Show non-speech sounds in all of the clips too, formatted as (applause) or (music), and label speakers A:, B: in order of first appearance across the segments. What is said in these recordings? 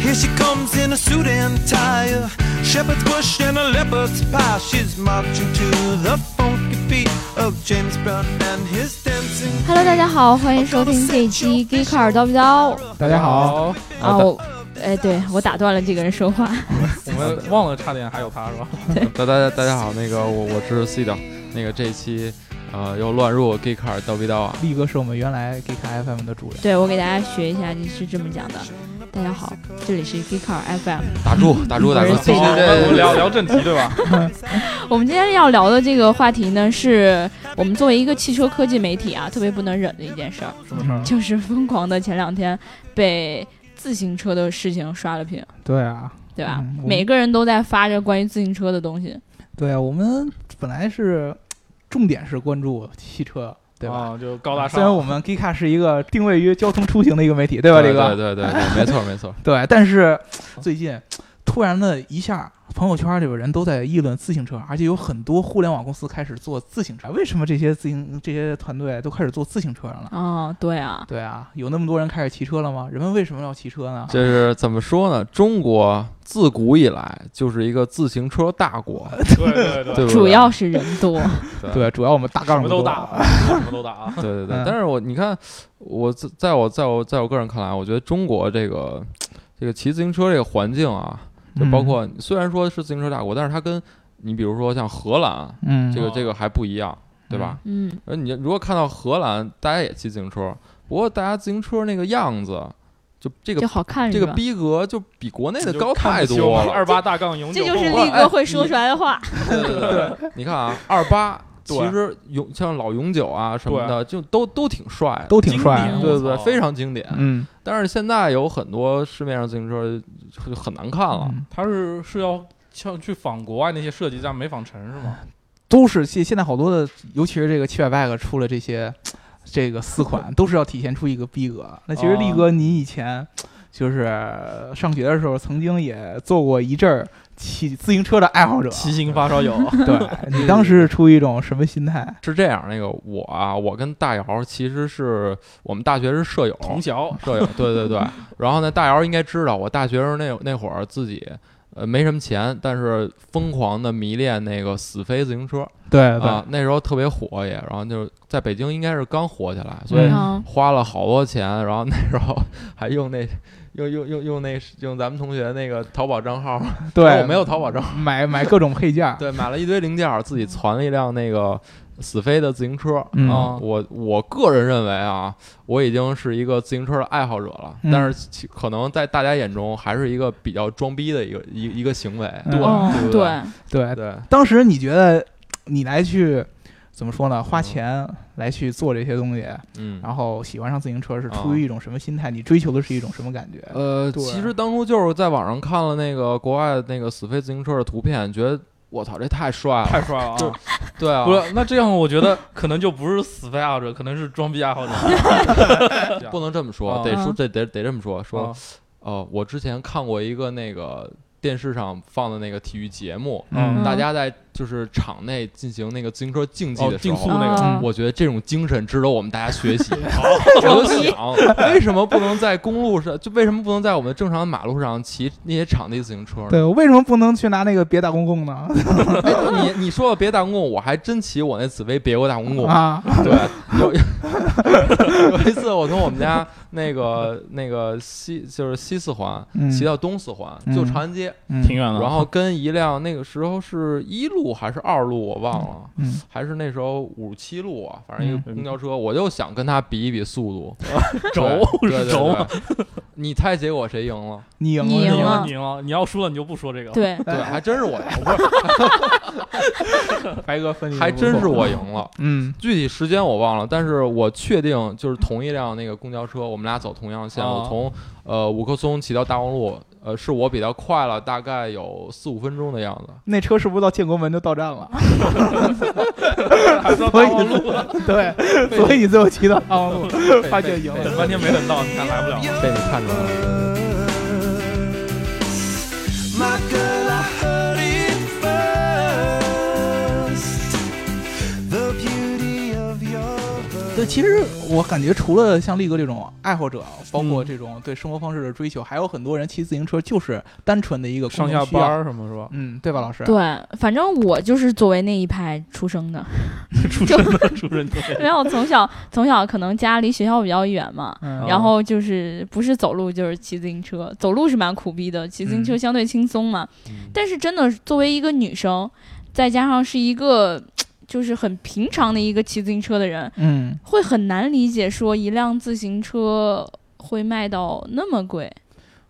A: Here she comes in a suit and tie, a shepherd's bush and a leopard's pie. She's marching to the funky beat of James Brown and his dancing.
B: Hello，大家好，欢迎收听这一期《Geek 尔叨不叨》
C: 大家好，
B: 啊，我，哎，对我打断了这个人说话，
D: 我们忘了，差点还有他是吧？
C: 大大家大家好，那个我我是 C 的，那个这一期呃又乱入 G 卡刀逼刀啊，
D: 力哥是我们原来 g e k FM 的主人，
B: 对我给大家学一下，这是这么讲的。大家好，这里是 Geek 尔 FM，
C: 打住打住打住，
B: 我是 C
C: 这
B: 的
D: 我们
C: 这
D: 聊聊正题对吧？
B: 我们今天要聊的这个话题呢，是我们作为一个汽车科技媒体啊，特别不能忍的一件事儿，
D: 什么事儿？
C: 嗯
B: 就是疯狂的前两天被自行车的事情刷了屏，
D: 对啊，
B: 对吧？
D: 嗯我
B: 每个人都在发着关于自行车的东西，
E: 对啊，我们本来是重点是关注汽车，对吧？
D: 啊？就高大
E: 虽然
D: 上，
E: 我们 Gika 是一个定位于交通出行的一个媒体，对吧，李哥？
C: 对对对对，没错没错，
E: 对但是最近突然的一下，朋友圈里边人都在议论自行车，而且有很多互联网公司开始做自行车。为什么这些自行这些团队都开始做自行车了？
B: 哦，对啊，
E: 对啊，有那么多人开始骑车了吗？人们为什么要骑车呢？
C: 这是怎么说呢？中国自古以来就是一个自行车大国，
D: 对对对
C: (laughs) 对不对？
B: 主要是人多，
E: 对，啊主要我们大
D: 什
E: 杠
D: 么
E: 子
D: 都
E: 多
D: 打，什么都打啊！
C: 对对对
E: 嗯。
C: 但是我你看，我在在我在我在我个人看来，我觉得中国这个这个骑自行车这个环境啊，就包
E: 嗯
C: 括虽然说是自行车大国，但是它跟你比如说像荷兰啊
E: 嗯，
C: 这个
D: 哦
C: 这个还不一样，对吧？
B: 嗯，
C: 而你如果看到荷兰，大家也骑自行车，不过大家自行车那个样子，就这
B: 就
C: 个
B: 好看
C: 这
B: 是
C: 个
B: 吧？
C: 逼格就比国内的
D: 就
C: 高
D: 看
C: 太
D: 不起我
C: 多
D: 们
C: 了。
D: 二八大杠永久
B: 这就
D: 不
B: 是
C: 我
B: 力
C: 哎
B: 哥会说
C: 你
B: 出来的话，
C: 对对对， (laughs) 对你看啊，二八
D: 对
C: 其实永像老永久啊什么的，就都都挺帅的，
E: 都挺帅
D: 经典
E: 的，
C: 对对
D: 我
C: 对，
D: 操
C: 非常经典。
E: 嗯，
C: 但是现在有很多市面上自行车就就很难看了。
E: 嗯
D: 他是是要像去仿国外那些设计，但没仿成是
C: (laughs)
D: 吗？
E: 都是现现在好多的，尤其是这个七百 bag 出了这些，这个四 (laughs) 款都是要体现出一个逼格。那其实
D: 哦
E: 力哥，你以前就是上学的时候，曾经也做过一阵儿骑自行车的爱好者，
D: 骑行发烧友，
E: (laughs)
D: (laughs)
E: 对你当时是出于一种什么心态？
C: 是这样，那个我啊，我跟大姚其实是我们大学是舍友，
D: 童小
C: 舍友，对对对。然后呢，大姚应该知道，我大学时候那那会儿自己呃没什么钱，但是疯狂的迷恋那个死飞自行车
E: (laughs) 哎对对
C: 啊，那时候特别火也，然后就是在北京应该是刚火起来，所以
E: 嗯
B: 嗯，
C: 花了好多钱，然后那时候还用那用用用用那用咱们同学那个淘宝账号，哦
E: 对，
C: 我没有淘宝账号，
E: 买买各种配件儿，
C: 对，买了一堆零件儿，自己攒了一辆那个死飞的自行车。
E: 嗯
C: 啊，我我个人认为啊，我已经是一个自行车的爱好者了，
E: 嗯
C: 但是其可能在大家眼中还是一个比较装逼的一个一一个行为。
E: 嗯
B: 哦，
C: 对不对
B: 对，
E: (laughs) 对，
C: 对，
E: 当时你觉得你来去怎么说呢？花钱来去做这些东西，
C: 嗯。
E: 然后喜欢上自行车是
C: 啊
E: 出于一种什么心态？你追求的是一种什么感觉？
C: 呃，
E: 对
C: 其实当初就是在网上看了那个国外那个死飞自行车的图片，觉得我操，这太帅了！
D: 太帅了啊！
C: 就对啊，
D: 不是，那这样我觉得可能就不是死飞爱好者，可能是装逼爱
C: (laughs)
D: 好者。嗯
C: 不能这么说，
D: 啊
C: 得说
B: 嗯
C: 这得得这么说，说
D: 啊
C: 哦，我之前看过一个那个电视上放的那个体育节目，
E: 嗯
C: 大家在就是场内进行那个自行车竞技
D: 哦
C: 的时
D: 竞
C: 候，
D: 速那个
B: 嗯
C: 我觉得这种精神值得我们大家学
E: (laughs)
C: 习。 (laughs) 我就想，为什么不能在公路上，就为什么不能在我们正常的马路上骑那些场地自行车呢？
E: 对，我为什么不能去拿那个别打公公呢？
C: 哎你你说的别大公共，我还真骑我那紫薇别过大公共。
E: 啊，
C: 对，有有 (laughs) 一次我从我们家那个那个西就是西四环
E: 嗯
C: 骑到东四环，
E: 嗯
C: 就长安街，
E: 嗯
D: 远
C: 然后跟一辆那个时候是一路还是二路我忘了。
E: 嗯，
C: 还是那时候五十七路啊，反正一个
D: 嗯
C: 公交车，我就想跟他比一比速度，
D: (laughs) 轴
C: 对对对
D: 轴
C: 对 (laughs) 你猜结果谁赢了？
E: 你赢
B: 你赢
E: 了，
D: 赢
B: 了
D: 了，你赢了！你要输了，你就不说这个。，
B: 对，
C: 对，还真是我赢，
D: (laughs)
C: 不
E: 白哥分
C: 是，
E: 析，
C: 还真是我赢，了。
E: 嗯
C: 具体时间我忘了，但是我确定就是同一辆那个公交车，我们俩走同样的线。
D: 哦
C: 我从呃五棵松骑到大望路，呃，是我比较快了，大概有四五分钟的样子。
E: 那车是不是到建国门就到站了？
D: 还说
E: 所以
D: 大望路，
E: (laughs) 对，所以你最后骑到大望路，发现赢
D: 等
E: 了。
D: (laughs) 半天没等到，你看来不了。
C: 被你看出来了，
A: My girl, I heard it first. The beauty of your voice.
E: 对，其实我感觉除了像力哥这种爱好者，包括这种对生活方式的追求，还有很多人骑自行车就是单纯的一个
D: 上
E: 共
D: 下
E: 同需要
D: 班，儿什么是吧？
E: 嗯，对吧，老师？
B: 对，反正我就是作为那一派出生的，
E: 出生的出
B: (laughs)
E: 生的，
B: 因为我从小从小可能家离学校比较远嘛，
E: 嗯，
B: 然后就是不是走路就是骑自行车，走路是蛮苦逼的，骑自行车
E: 嗯
B: 相对轻松嘛。但是真的作为一个女生，再加上是一个就是很平常的一个骑自行车的人，
E: 嗯，
B: 会很难理解说一辆自行车会卖到那么贵。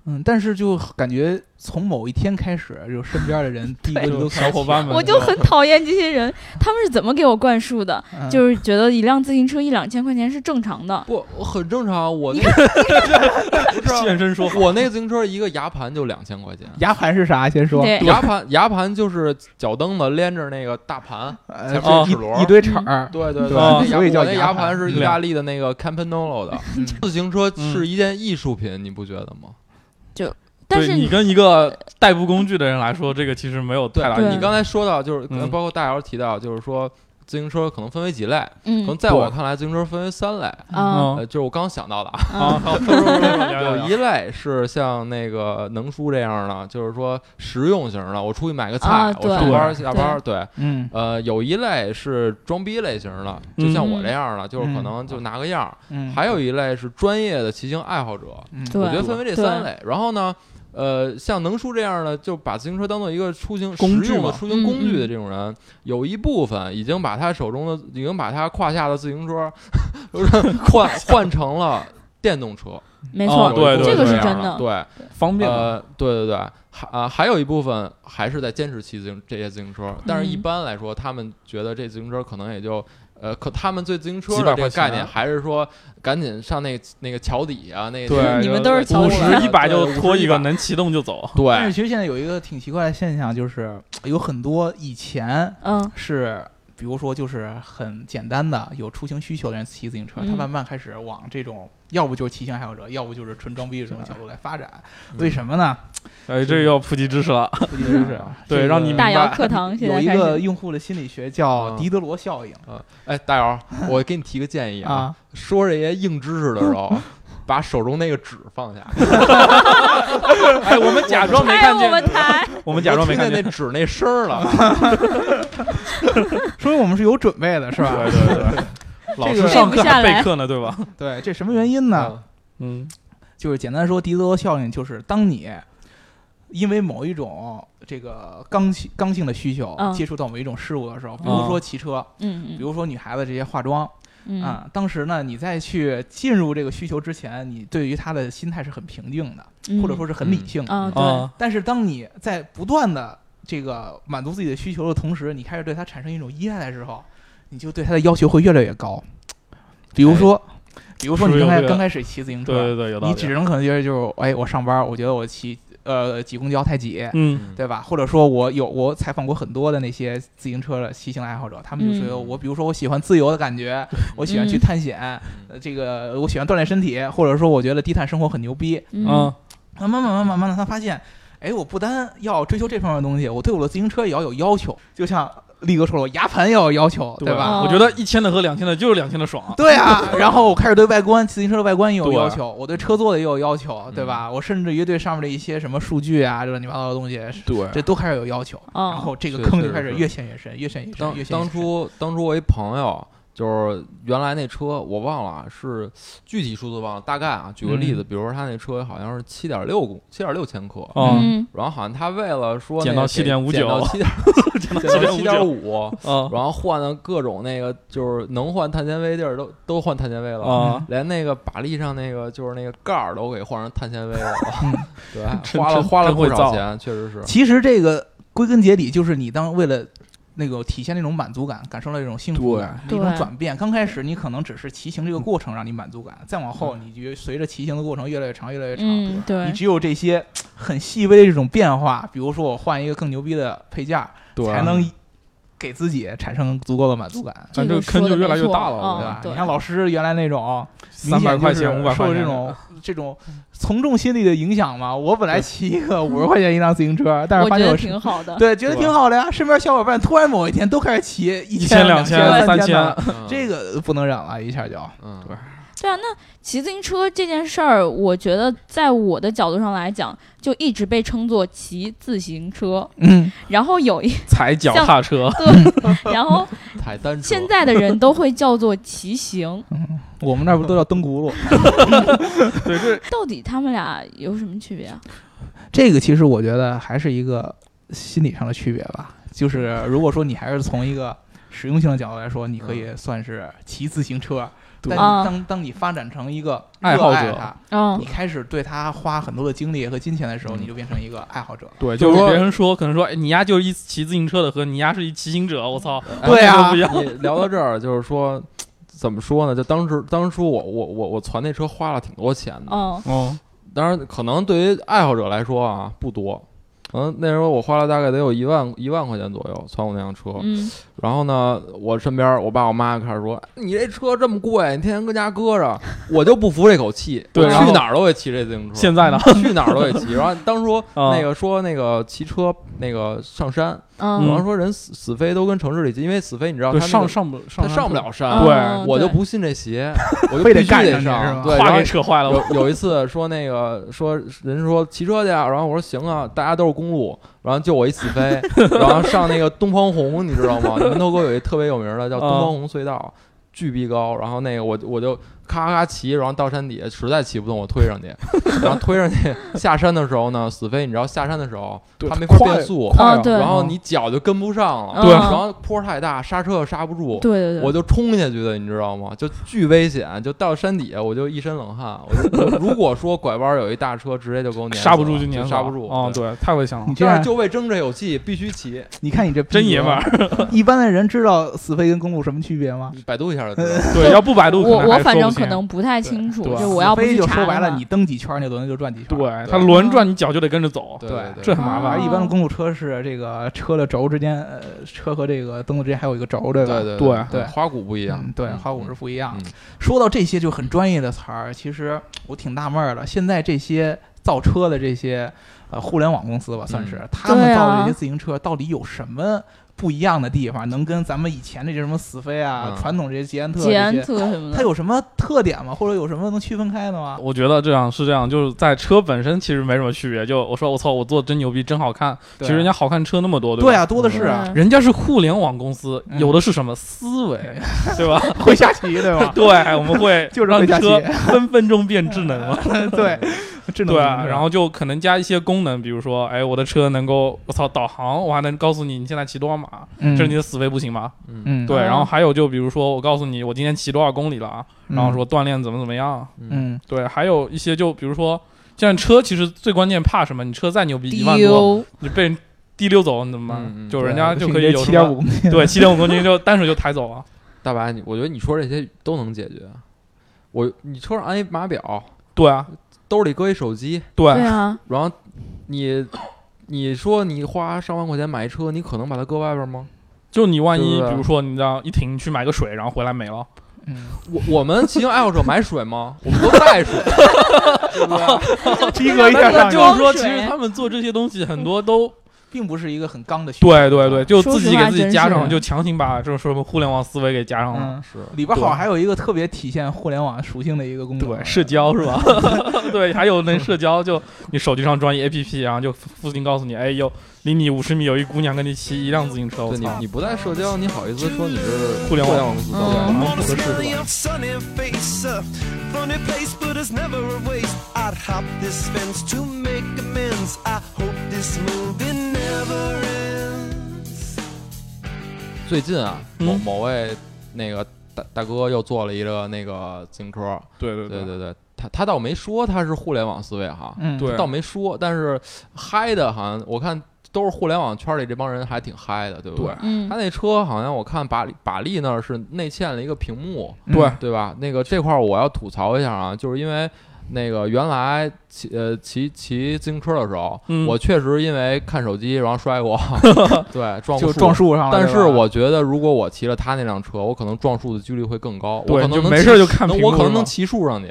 E: 嗯，但是就感觉从某一天开始，就身边的人第一个
D: 就
E: 都
D: 小伙伴
E: (laughs)
D: 们
B: 我就很讨厌这些人，他们是怎么给我灌输的？
E: 嗯
B: 就是觉得一辆自行车一两千块钱是正常的。
C: 不，我很正常。啊我那不是啊
D: (laughs) 现身说
C: 我那自行车一个牙盘就两千块钱，
E: 牙盘是啥？先说，
B: 对，
C: 牙盘牙盘就是脚蹬子连着那个大盘，
E: 呃，
C: 前
E: 这
C: 面齿
E: 一
C: 轮
E: 一堆齿儿，
C: 对对
E: 对
C: 那
E: 所以
C: 牙
E: 叫
C: 我那
E: 牙
C: 牙
E: 盘
C: 盘是意大利的那个 Campanolo 的。
E: 嗯
C: 自行车是一件艺术品，你不觉得吗？
B: 但
D: 对
B: 是
D: 你跟一个代步工具的人来说，这个其实没有太大
B: 对
D: 意
C: 你
D: 义。
C: 刚才说到就是，
D: 嗯
C: 包括大姚提到，就是说自行车可能分为几类，可能
B: 嗯
C: 在我看来，自行车分为三类。
E: 嗯
B: 啊
E: 哦
C: 呃，就是我刚想到的啊，
B: 啊， (laughs)
C: 有
D: 嗯有
C: 一类是像那个能叔这样的，就是说实用型的，我出去买个菜，
B: 啊
C: 我
B: 对
C: 上班下班，对。
E: 嗯
C: 呃，有一类是装逼类型的，就像我这样的，就是可能就拿个样儿。
E: 嗯，
C: 还有一类是专业的骑行爱好者，
E: 嗯
B: 对
C: 我觉得分为这三类。然后呢，呃，像能叔这样的，就把自行车当做一个出行
E: 工具
C: 实用的
E: 嘛
C: 出行工具的
B: 嗯嗯
C: 这种人，有一部分已经把他手中的，已经把他胯下的自行车 (laughs) 换换成了电动车。
B: 没
D: 哦
B: 错，
D: 对对
B: 这个
D: 对
B: 是
C: 样
B: 真
C: 的。
B: 的。
C: 对，
D: 方便嘛，
C: 呃，对对对，还啊、还有一部分还是在坚持骑自行这些自行车，但是一
B: 嗯
C: 般来说，他们觉得这自行车可能也就。呃，可他们对自行车
D: 几
C: 的
D: 百
C: 这
D: 块
C: 个概
D: 钱
C: 念，还是说赶紧上那那个桥底啊，那
D: 对
C: 那
D: 你们
B: 嗯
C: 个
B: 都是
C: 对
B: 桥
D: 五
B: 我
D: 十
B: 了
D: 一百就拖一个，
C: 对
D: 能骑动就走。
E: 但是
C: 对，
E: 其实现在有一个挺奇怪的现象，就是有很多以前
B: 嗯，
E: 是。比如说，就是很简单的有出行需求的人骑自行车，
B: 嗯
E: 他慢慢开始往这种，要不就是骑行爱好者，要不就是纯装逼这种角度来发展。
C: 嗯
E: 为什么呢？
D: 哎，这又要普及知识了。
E: 估计是这样
D: 对
E: 这个
D: 让你明白
B: 大姚课堂现
E: 有
B: 在
E: 一
B: 开
E: 个
B: 始。
E: 用户的心理学叫
C: 嗯
E: 狄德罗效应
C: 呃，哎，大姚，我给你提个建议啊，
E: 啊，
C: 说这些硬知识的时
D: (laughs)
C: 候，把手中那个纸放下，
D: 哎，我们假装没
B: 拍
D: 看
B: 我们
D: 见，
B: 台，
D: 我们假装没
C: 听
D: 看
C: 见那
D: 见。啊
C: 纸那声儿了。
E: 说明我们是有准备的，是
D: 对
E: 吧？
D: 对对，老
E: 这
D: 师
E: 个
D: 上课
B: 背不下
D: 还
B: 来
D: 备课呢，对吧？
E: (laughs) 对，这什么原因呢？
C: 嗯
D: 嗯，
E: 就是简单说，狄德罗效应就是当你因为某一种这个刚性刚性的需求
B: 嗯
E: 接触到某一种事物的时候，比
D: 嗯
E: 如说骑车，
B: (laughs)
E: 比
B: 嗯嗯
E: 如说女孩子这些化妆
B: 嗯，
E: 啊，当时呢，你在去进入这个需求之前，你对于她的心态是很平静的，
B: 嗯
E: 或者说是哦很理性的。
B: 啊，对，
D: 啊，
E: 但是当你在不断的这个满足自己的需求的同时，你开始对它产生一种依赖的时候，你就对它的要求会越来越高。比如说，比如说你
D: 哎是有
E: 刚开
D: 这个
E: 刚开始骑自行
D: 对
E: 车，
D: 对对，有道
E: 你
D: 理。啊
E: 只能可能觉得就是，哎，我上班，我觉得我骑呃挤公交太挤。
D: 嗯
E: 对吧？或者说我有我采访过很多的那些自行车的骑行爱好者，他们就
B: 嗯
E: 说我，比如说我喜欢自由的
D: (laughs)
E: 感觉，我喜欢去
B: 嗯
E: 探险，呃这个我喜欢锻炼身体，或者说我觉得低碳生活很牛逼，
B: 嗯
D: 嗯，
E: 慢慢慢慢慢慢的，他发现，哎，我不单要追求这方面的东西，我对我的自行车也要有要求。就像力哥说了，我牙盘也要有要求，对吧？
B: 哦
D: 我觉得一千的和两千的就是两千的爽啊。
E: (laughs) 对啊，然后我开始对外观、自行车的外观也有
D: 对
C: 啊
E: 要求，我对车座的也有要
C: 嗯
E: 求，对吧？我甚至于对上面的一些什么数据啊、乱七八糟的东西，
D: 啊
C: 对啊
E: 这都开始有要求。
B: 哦
E: 然后这个
C: 是
E: 坑
C: 是
E: 就开始
C: 是
E: 越陷越深，越陷越深，
C: 当
E: 越陷越深。
C: 当初当初我一朋友，就是原来那车我忘了啊是具体数字忘了，大概啊，举个例子，比如说他那车好像是七点六公七点六千克，
E: 哦
D: 嗯，
B: 嗯
C: 然后好像他为了说
D: 减
C: 那
D: 到
C: 个给
D: 7.59
C: 减到
D: (laughs)
C: 七点
D: 七
C: 减
D: 点
C: 到
D: 五
C: 七点
D: 九
C: 五，
D: 啊
C: 然后换了各种那个就是能换碳纤维地儿都都换碳纤维了。
D: 啊，
C: 连那个把力上那个就是那个盖儿都给换成碳纤维
D: (laughs)
C: 了，
E: 嗯
C: 对，
D: 真
C: 花了
D: 真
C: 花了
D: 真
C: 不
D: 会
C: 少
D: 造
C: 钱，确实是。
E: 其实这个归根结底就是你当为了。那个体现那种满足感，感受到一种幸福感，一
B: 对
E: 种
B: 对
E: 转变。刚开始你可能只是骑行这个过程让你满足感，再往后你就随着骑行的过程越来越长，越来越长，
B: 嗯，对
E: 你，只有这些很细微的这种变化，比如说我换一个更牛逼的配件儿，
C: 对
E: 才能给自己产生足够的满足感，
D: 咱这
B: 这个
D: 个坑
B: 说
D: 就
B: 得
D: 越
B: 没
D: 来越
B: 错
D: 大了
E: 对
D: 我
B: 嗯？，
E: 吧你
B: 对
E: 像老师原来那种
D: 三百块钱、五百块
E: 受
D: 钱
E: 这种这种从众心理的影响嘛。我本来骑一个五十块钱一辆自行车，但
B: 我
E: 是发
B: 觉
E: 现
B: 得
E: 我
B: 挺好 (laughs) 的。
E: (laughs) 对，觉得
D: 对吧
E: 挺好的呀。身边小伙伴突然某一天都开始骑一
D: 一千
E: 两
D: 千
E: 三
D: 三
E: 的，
C: 嗯
E: 这个不能忍了，一下就。
C: 嗯
E: 对
B: 对啊，那骑自行车这件事儿，我觉得在我的角度上来讲，就一直被称作骑自行车。
E: 嗯，
B: 然后有一
D: 踩脚踏
B: (laughs)
D: 车，
B: 个，然后
C: 踩单车，
B: 现在的人都会叫做骑行。
E: 我们那儿不都叫蹬轱辘？
D: 对， (laughs) 这
B: 到底他们俩有什么区别啊？
E: 这个其实我觉得还是一个心理上的区别吧。就是如果说你还是从一个实用性的角度来说，你可以算是骑自行车。
D: 嗯对
E: 但
B: 啊
E: 你当当你发展成一个
D: 爱
E: 热
D: 好
E: 爱
D: 者
E: 它
B: 嗯
E: 你，开始对它花很多的精力和金钱的时候，
D: 嗯
E: 你就变成一个爱好者。
D: 对，就
C: 就
D: 是是
C: 说
D: 别人说，可能说，哎，你丫就是一骑自行车的，和你丫是一骑行者，我操，
E: 对
D: 这
E: 啊
D: 都不一样。
C: 你聊到这儿，就是说，怎么说呢？就当时当初我我我我攒那车花了挺多钱的，
B: 哦，
D: 哦，
C: 当然可能对于爱好者来说啊不多，可能那时候我花了大概得有一万一万块钱左右攒我那辆车。
B: 嗯，
C: 然后呢，我身边我爸我妈开始说：“你这车这么贵，你天天跟家搁着。”我就不服这口气，
D: 对
C: 我
D: 然
C: 去
D: 后
C: 哪儿都会骑这自行车，
D: 现在呢？
C: 去哪儿都会骑。然后当初
D: (laughs) 啊
C: 那个说那个骑车那个上山，然后
B: 嗯，
C: 说人死死飞都跟城市里骑，因为死飞你知道
D: 对，
C: 他那个
D: 上上不
C: 他
D: 上
C: 上不
D: 车
C: 了山，
B: 嗯
D: 对
B: 嗯
C: 我就
B: 对
C: 不信
E: (laughs)
C: 这邪，我就
E: 非得
C: 必须
E: 干
C: 得
E: 上去是
C: 上。
E: 吧
C: 对，然
D: 话
C: 后
D: 给扯坏了。我
C: 有有一次说那个说人说骑车去啊，然后我说行啊，大家都是公路，然后就我一死飞，然后上那个东方红，你知道吗？门头沟有一特别有名的叫东方红隧道，巨逼高，然后那个我我就咔咔骑，然后到山底下实在骑不动，我推上去，然后推上去下山的时候呢，死飞你知道下山的时候
D: 对
C: 他没法
D: 快
C: 变速，
B: 快啊对
C: 然
E: 嗯
D: 嗯
C: 后你脚就跟不上了，
B: 对
C: 然后坡太大，刹车又刹不住，
B: 对对对，
C: 我就冲下去的，你知道吗？就巨危险，就到山底下，我就一身冷汗。我就我如果说拐弯有一大车，直接就给我碾死
D: 刹
C: 了
D: 不住就
C: 就
D: 碾死了
C: 刹不住
D: 啊！。对，太危险了
E: 你。这
C: 但是
E: 样，
C: 就为争这口气，必须骑，
E: 你看你这
D: (laughs) 真爷们儿，
E: 儿。一般的人知道死飞跟公路什么区别吗？
C: 你百度一下就
D: (laughs)
C: 知道。
D: 对，要不百度，
B: 我
D: 可能还
B: 我反
D: 说不
B: 正可
D: 清
B: 能不太清楚，
D: 对
C: 啊
B: 就我要不
E: 死飞
B: 去
E: 就
B: 查
E: 说白
B: 的
E: 了，
B: 话
E: 你蹬几圈儿，你轮子就转几圈儿。
D: 对它轮转，你脚就得跟着走。
C: 对
E: 对
C: 对，
D: 这很麻
E: 啊，
D: 烦。
E: 一般的公路车是这个车的轴之间，呃，车和这个灯笼之间还有一个轴，对
C: 对
E: 吧？
C: 对
D: 对
E: 对
C: 花鼓不一样
E: 嗯，。对，
C: 嗯
E: 花鼓是不一样的
C: 嗯。
E: 说到这些就很专业的词儿，其实我挺纳闷儿的。现在这些造车的这些呃互联网公司吧，算
C: 嗯
E: 是他们
B: 对啊
E: 造的这些自行车，到底有什么不一样的地方，能跟咱们以前这些什么死飞啊、
C: 嗯
E: 传统这些捷安特
B: 捷
E: 这
B: 安
E: 些，
B: 特什么
E: 它
B: 的，
E: 有什么特点吗？或者有什么能区分开的吗？
D: 我觉得这样是这样，就是在车本身其实没什么区别。就我说我操，我做真牛逼，真好看。其
E: 对
D: 实人家好看车那么多，
E: 对
D: 吧？
E: 啊，多的是啊，
B: 嗯
D: 人家是互联网公司，
E: 嗯
D: 有的是什么思
E: (laughs)
D: 维，对吧？
E: 会下棋对吧？
D: 对，我们会
E: (laughs) 就是
D: 让
E: 会下棋
D: 车 (laughs) 分分钟变智
E: (laughs)
D: 能了，
E: 对，智能
D: 对
E: 停
D: 啊，
E: 车
D: 然后就可能加一些功能，比如说，哎，我的车能够，我操，导航，我还能告诉你你现在骑多少码，
E: 嗯
D: 这是你的死维不行吧？
C: 嗯
E: 嗯
D: 对，
B: 哦
D: 然后还有就比如说，我告诉你我今天骑多少公里了啊，然后
E: 嗯
D: 说锻炼怎么怎么样，
E: 嗯
D: 对，还有一些就比如说，现在车其实最关键怕什么？你车再牛逼，一万多，
B: 丢
D: 你被人滴溜走，你怎么
C: 嗯嗯
D: 办？就人家
E: 对
D: 就
E: 不
D: 可
E: 是
D: 以
E: 你
D: 有
E: 这
D: 什
E: 七点
D: 么
E: 五公斤，
D: 对，七点五公斤就单手就抬走啊。
C: 大白，你我觉得你说这些都能解决。我你车上安一码表，
D: 对啊，
C: 兜里搁一手机，
D: 对
B: 对啊，
C: 然后你你说你花上万块钱买一车，你可能把它搁外边吗？
D: 就你万一
E: 啊
C: 对不对
D: 比如说你这样一停去买个水，然后回来没了，
E: 嗯
C: 我我们骑行爱好者买水吗？ (laughs) 我们都带水。
E: 逼格一下
D: 那
E: 上
B: 那
E: 去
D: 就
B: 装
D: 是说，其
B: 水
D: 实他们做这些东西很多
B: (laughs)
D: 都
E: 并不是一个很刚的学
D: 对对对，就
B: 说
D: 自
B: 实
D: 己
B: 话
D: 给自己
B: 真
D: 加
B: 是
D: 上，就强行把这种什么互联网思维给加上了。
E: 嗯，
C: 是，
E: 里边好像
D: 对
E: 还有一个特别体现互联网属性的一个功能，
D: 对，社交是
E: (laughs)
D: 吧？对，还有那社交，就你手机上装一 APP，然后就附近告诉你，哎呦，离你五十米有一姑娘跟你骑一辆自行车，我
C: (laughs) 对你
D: 操！
C: 你不在社交，你好意思说你是
D: 互联网
C: 公司
B: 嗯
C: 的？
A: wanna smell your sunny face. A funny place, but it's never a waste. I'd hop this fence to make amends. I hope this movie never ends.
C: 最近啊，
D: 嗯
C: 某某位那个大大哥又做了一个那个自行车，
D: 对对
C: 对对对，他他倒没说他是互联网思维哈，
E: 嗯，
D: 对
C: 他倒没说，但是嗨的好像我看都是互联网圈里这帮人还挺嗨的，对不
D: 对
C: 对？
B: 嗯
C: 他，那车好像我看把把力那儿是内嵌了一个屏幕，
D: 嗯
E: 对
C: 对吧？那个这块儿我要吐槽一下啊，就是因为那个原来骑呃骑骑自行车的时候，
D: 嗯
C: 我确实因为看手机然后
D: (laughs)
C: 摔过，对撞
E: 就
C: 过
E: 撞
C: 树。
E: 树上了。
C: 但
E: 对
C: 是
E: 吧
C: 我觉得，如果我骑了他那辆车，我可能撞树的几率会更高。我可
D: 对，
C: 能
D: 就
C: 能
D: 没
C: 骑
D: 事儿就看
C: 能
D: 屏
C: 我
D: 幕
C: 可能
D: 是
C: 能
D: 吗
C: 骑
D: (laughs)
C: 树上去。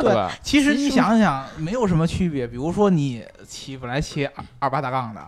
C: 对，
E: 其实你想想，没有什么区别。比如说你骑本来骑二二八大杠的，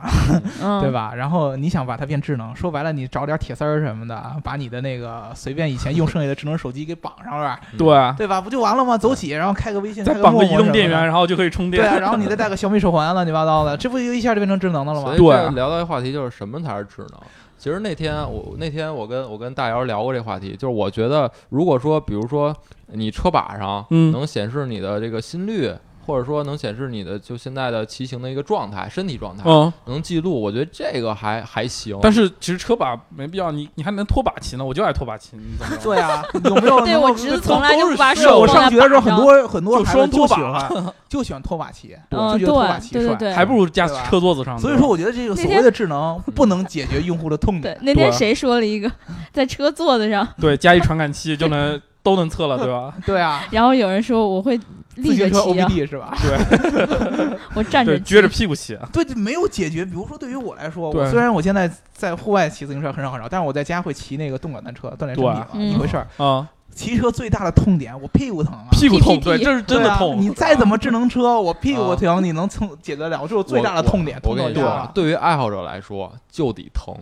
B: 嗯，
E: 对？吧？然后你想把它变智能，说白了，你找点铁丝儿什么的，把你的那个随便以前用剩下的智能手机给绑上了，
D: 对，
E: 对吧？不就完了吗？走起，然后开个微信，
D: 再
E: 开
D: 绑个
E: 陌
D: 移
E: 陌什
D: 动
E: 么
D: 电
E: 的
D: 源，。然后就可以充电。
E: 对啊，然后你再带个小米手环，啊乱七八糟的，这不就一下就变成智能的了
C: 所
E: 吗
C: 以？
D: 对
C: 这聊到一话题就是什么才是智能。其实那天我那天我跟我跟大姚聊过这话题，就是我觉得如果说，比如说你车把上
D: 嗯
E: 啊
C: 能显示你的这个心率，或者说能显示你的就现在的骑行的一个状态、身体状态，
D: 嗯，
C: 能记录，我觉得这个还还行。
D: 但是其实车把没必要，你你还能拖把骑呢，我就爱拖把骑，你怎么着？
E: (laughs) 对啊，有没有能够？
B: 对我侄子从来就不把
E: 对啊
B: 手
E: 我
B: 放在
E: 上学的时候，
B: 把
E: 很
B: 上
E: 多很多
D: 就
E: 孩
D: 双
E: 子
D: 拖
E: 就喜
D: 把
E: 欢就喜欢拖把骑，
B: 嗯，
E: 就觉得拖把骑
B: 对对
E: 帅。
B: 对
D: 还不如加
E: 对吧
D: 车座子上呢。
E: 所以说，我觉得这个所
B: 那
E: 谓
B: 天
E: 的智能不能解决用户的痛
B: 对
E: 点。。
B: 那天
D: 对
B: 谁说了一个， (laughs) 在车座子上，
D: 对加一传感器就能都能测了，对
E: (laughs)
D: 吧？
E: 对啊，
B: 然后有人说我会
E: 自
B: 立着
E: 行车
B: 骑啊，
E: OBD 是吧？
B: 我站着
D: 对，
B: 骑
D: 撅着屁股骑，
E: 对，没有解决。比如说，对于我来说，我
D: 对
E: 虽然我现在在户外骑自行车很少很少，但是我在家会骑那个动感单车，锻炼身体嘛，
B: 对
E: 一回事儿。
D: 啊，
E: 骑车最大的痛点，我 (laughs) 屁股疼啊，
D: 屁股痛，
B: PPT
D: 对，这是真
E: 对
D: 的
E: 啊
D: 痛。
E: 你再怎么智能车，我屁股
C: 啊
E: 疼，你能从解决得了，这是我最大的痛点。
C: 我
E: 痛
C: 跟
E: 到
C: 你
E: 家
C: 说啊
E: 了，
C: 对于爱好者来说就得疼，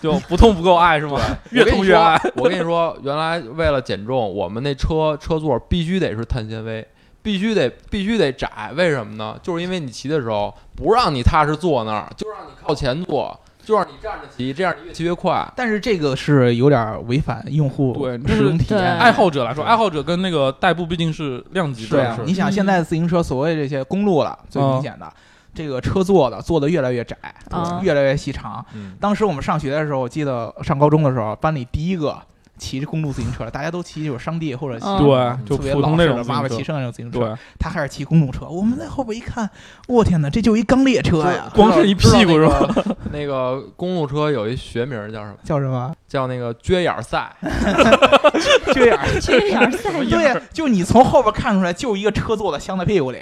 D: 就不痛不够爱是吗？ (laughs) 越
C: 我跟
D: 痛
C: 你
D: 越
C: 说
D: 爱。。
C: 我跟你说，原来为了减重，我们那车车座必须得是碳纤维，必须得必须得窄。为什么呢？就是因为你骑的时候不让你踏实坐那儿，就让你靠前坐，就让你站着骑，这样你越骑越快。
E: 但是这个是有点违反用户
D: 对就是
E: 使用体
B: 对
E: 验。
D: 爱好者来说，
C: 对
D: 爱好者跟那个代步毕竟是量级
E: 哎是
D: 的
E: 啊
D: 事，，
E: 你想现在的自行车所谓这些公路了，最
D: 嗯
E: 明显的这个车座的做的越来越窄
B: 啊，
E: 越来越细长。
C: 嗯，
E: 当时我们上学的时候，我记得上高中的时候，班里第一个骑着公路自行车的，大家都骑这种山地或者骑
B: 嗯
D: 对，就
E: 特别
D: 普通
E: 老
D: 那
E: 式
D: 种
E: 的妈妈
D: 自
E: 骑
D: 行车，
E: 车那种自行
D: 嗯
E: 车，
D: 对，
E: 他还是骑公路车。我们在后边一看，我天哪，这就一钢列车呀！
D: 光是一屁股
C: 知
D: 是
C: 道
D: 吧？
C: 那个
D: (laughs)
C: 那个公路车有一学名叫什么？
E: 叫什么？
C: 叫那个撅眼
E: (laughs)
C: 儿赛。
E: 这样。
B: (laughs) 这样赛
E: 对呀， (laughs) 就你从后边看出来，就一个车座的镶在屁股里，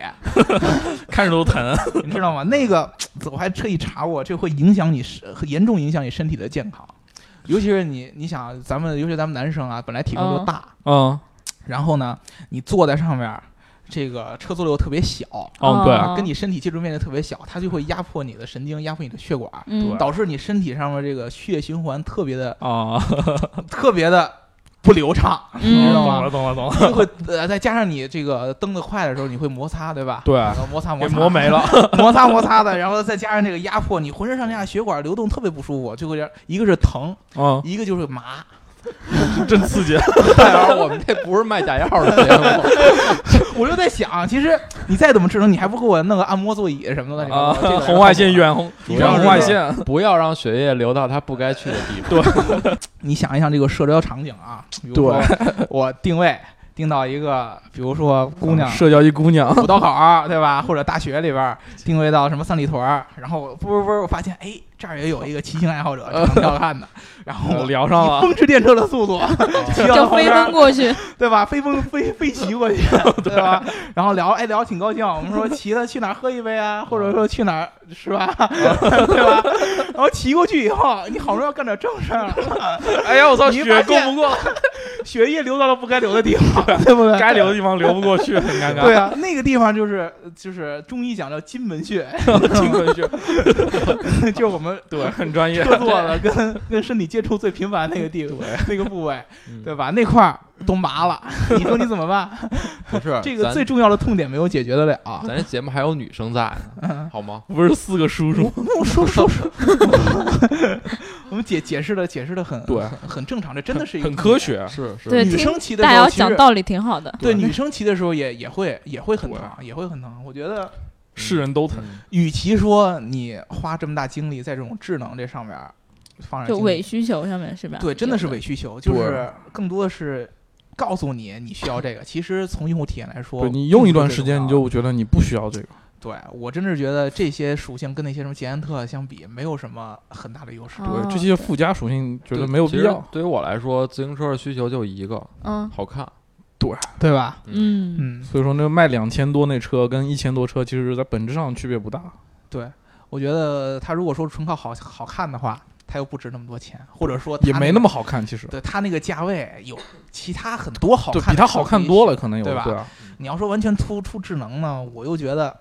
D: 看着都
E: (laughs)
D: 疼。
E: 你知道吗？那个我还特意查过，这会影响你身，严重影响你身体的健康，尤其是你，你想咱们，尤其咱们男生啊，本来体重就
B: 嗯
E: 大，
D: 嗯，
E: 然后呢，你坐在上面儿，这个车座又特别小，
D: 哦，对，
B: 啊
E: 跟你身体接触面积特别小，它就会压迫你的神经，压迫你的血管，
B: 嗯，
E: 导致你身体上面这个血液循环特别的、 (laughs)
D: 啊，
E: 特别的不流畅，
B: 嗯
E: 知
D: 懂
E: 道吗？
D: 了，懂了，懂了，
E: (laughs) 就会呃，再加上你这个蹬得快的时候，你会摩擦，对吧？
D: 对啊
E: 然后摩擦
D: 给
E: 摩擦，
D: 磨没了。
E: (laughs) 摩擦摩擦的，然后再加上这个压迫，你浑身上下血管流动特别不舒服，就会让一个是疼，
D: 嗯，
E: 一个就是麻。 (laughs)
D: 真刺激。
C: 大姚，我们这不是卖假药的节目。
E: 我就在想，其实你再怎么智能，你还不给我弄个按摩座椅什么的？
D: 啊
E: 这个，
D: 红外线远红，
C: 主
D: 远
C: 要
D: 红
C: 是
D: 外
C: 这
D: 线，
C: 不要让血液流到它不该去的地方。
E: 你想一想这个社交场景啊，比如说我定位定到一个，比如说姑娘。
D: 社交一姑娘，
E: 五道口儿对吧？或者大学里边儿定位到什么三里屯儿，然后不不不，我发现哎，这儿也有一个骑行爱好者，长得挺好看的，然后我
D: 聊上了。
E: 风驰电掣的速度，啊骑到他
B: 就
E: 旁
B: 飞
E: 边
B: 奔过去，
E: 对吧？飞奔飞飞骑过去，对吧？然后聊，哎，聊挺高兴。我们说骑了去哪儿喝一杯啊，或者说去哪儿是吧？ (laughs) 对吧？然后骑过去以后，你好不容易要干点正事儿了，
D: 哎呀，我操，
E: 你
D: 血
E: 发
D: 供不
E: 现
D: 过，
E: 血液流到了不该流的地方，对不对？
D: 该流的地方流不过去，很尴尬。
E: 对啊，那个地方就是就是中医讲叫金门穴， (laughs)
D: 听过去，
E: 就是我们
D: 对，很专
E: (laughs)
D: 业。
E: 车座的跟跟身体接触最频繁那个地那个部位，
C: 嗯
E: 对吧？那块儿都麻了，你说你怎么办？
C: 不
D: 啊
C: 是
E: 这个
C: 咱
E: 最重要的痛点没有解决得了。
D: (laughs)
C: 咱这节目还有女生在呢，好吗？
D: 不是四个叔叔， (laughs)
E: 我说说说， (laughs) 我们解解释的解释的很
D: 对
E: 很很正常，这真的是一嗯个
D: 很科。学。
C: 是是
B: 对，
E: 女
B: 听
E: 生骑的
B: 大
E: 时候
B: 姚
E: 其实
B: 讲道理挺好的，
E: 对
C: 对
E: 女生骑的时候也也会也会很
D: 对
E: 疼，也会很疼。我觉得，
D: 是人都疼，
C: 嗯
E: 与其说你花这么大精力在这种智能这上面儿放点
B: 就
E: 精
B: 伪
E: 力，
B: 需求上面是吧？
E: 对，真的是
B: 有
E: 伪需求，就
D: 对
E: 是更多的是告诉你你需要这个。其实从用户体验来说，
D: 对你用一段
E: 并不是
D: 时间，
E: 最重要
D: 你就觉得你不需要这个。
E: 对我真是觉得这些属性跟那些什么捷安特啊相比，没有什么很大的优势。
B: 哦
D: 对，这些附加属性觉得
C: 对
D: 没有
C: 其
D: 必
C: 实
D: 要。
C: 对于我来说，自行车的需求就一个，
B: 嗯，
C: 好看。
D: 对，
E: 对吧？
B: 嗯，
E: 嗯，
D: 所以说那个卖两千多那车跟一千多车，其实在本质上区别不大。
E: 对，我觉得他如果说纯靠好好看的话，他又不值那么多钱，或者说
D: 也没那
E: 么
D: 么好看，其实
E: 对他那个价位有其他很多好
D: 对
E: 看，
D: 比它好看多。了，可能有
E: 对吧
D: 对啊，
E: 你要说完全突出智能呢，我又觉得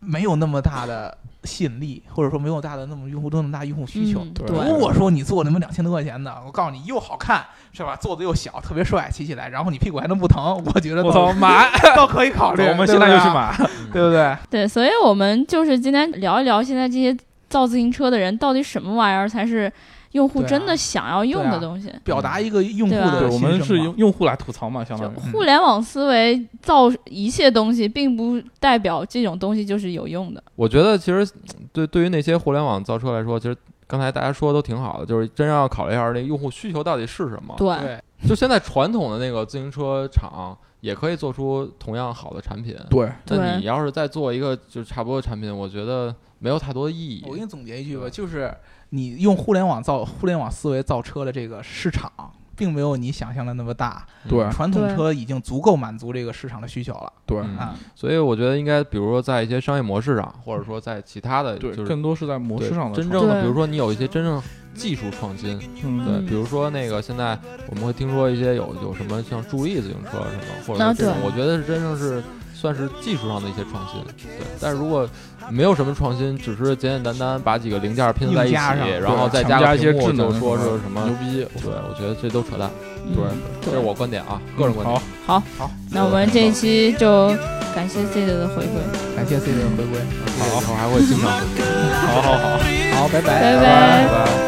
E: 没有那么大的吸引力，或者说没有大的那么用户那么大用户需求。
B: 嗯
D: 对
B: 对，
E: 如果说你做你们两千多块钱的，我告诉你又好看是吧？做的又小，特别帅，骑起来，然后你屁股还能不疼，我觉得
D: 我
E: (laughs) 倒
D: 操买，
E: 倒可以考虑。
D: 我们现在就去
E: 买，
D: 买。
C: (laughs)
D: 嗯
E: 对不对？
B: 对，所以我们就是今天聊一聊现在这些造自行车的人到底什么玩意儿才是用户
E: 对啊
B: 真的想要用
E: 对
B: 的
E: 啊
B: 东西。
E: 表达一个用户
B: 对啊
E: 的
D: 对，我
E: 心声嘛，
D: 们是用用户来吐槽嘛，相
B: 就
D: 当于。
E: 嗯
B: 互联网思维造一切东西，并不代表这种东西就是有用的。
C: 我觉得其实嗯对对于那些互联网造车来说，其实刚才大家说的都挺好的，就是真要考虑一下那用户需求到底是什么。
B: 对，
E: 哦对
C: 就现在传统的那个自行车厂也可以做出同样好的产品，
D: 对，
C: 但
B: 对
C: 你要是再做一个就差不多的产品，我觉得没有太多的意义。
D: 哦
E: 我给你总结一句吧，就是你用互联网造互联网思维造车的这个市场，并没有你想象的那么大。
C: 嗯
D: 对
E: 传统
B: 对
E: 车已经足够满足这个市场的需求了
D: 对
C: 嗯
E: 啊。
C: 所以我觉得应该，比如说在一些商业模式上，或者说在其他的，
D: 对，
C: 就是
D: 更多是在模
C: 对
D: 式上的
C: 真
D: 创
C: 正的，
B: 对
C: 比如说你有一些真正技术创新，
D: 嗯
C: 对，
B: 嗯
C: 比如说那个现在我们会听说一些有有什么像助力自行车什么，或者
B: 啊
C: 说这种
B: 对
C: 我觉得是真正是算是技术上的一些创新，对。但是如果没有什么创新，只是简简单单把几个零件拼在一
E: 硬
C: 起，
E: 加上
C: 然后再
D: 强
C: 个
D: 一些
C: 屏幕
D: 智
C: 就
D: 能，
C: 说是什么
D: 牛，逼？
C: 对，我觉得这都扯淡，
B: 嗯
D: 对
C: 这是我观点啊，个人观点
D: 好。，
B: 那我们这一期就感谢 C 的回归，
D: 嗯
E: 感谢 C 的回归，
C: 好，我还会经常。
D: 好好好。
E: 好，拜拜
B: 拜
C: 拜拜。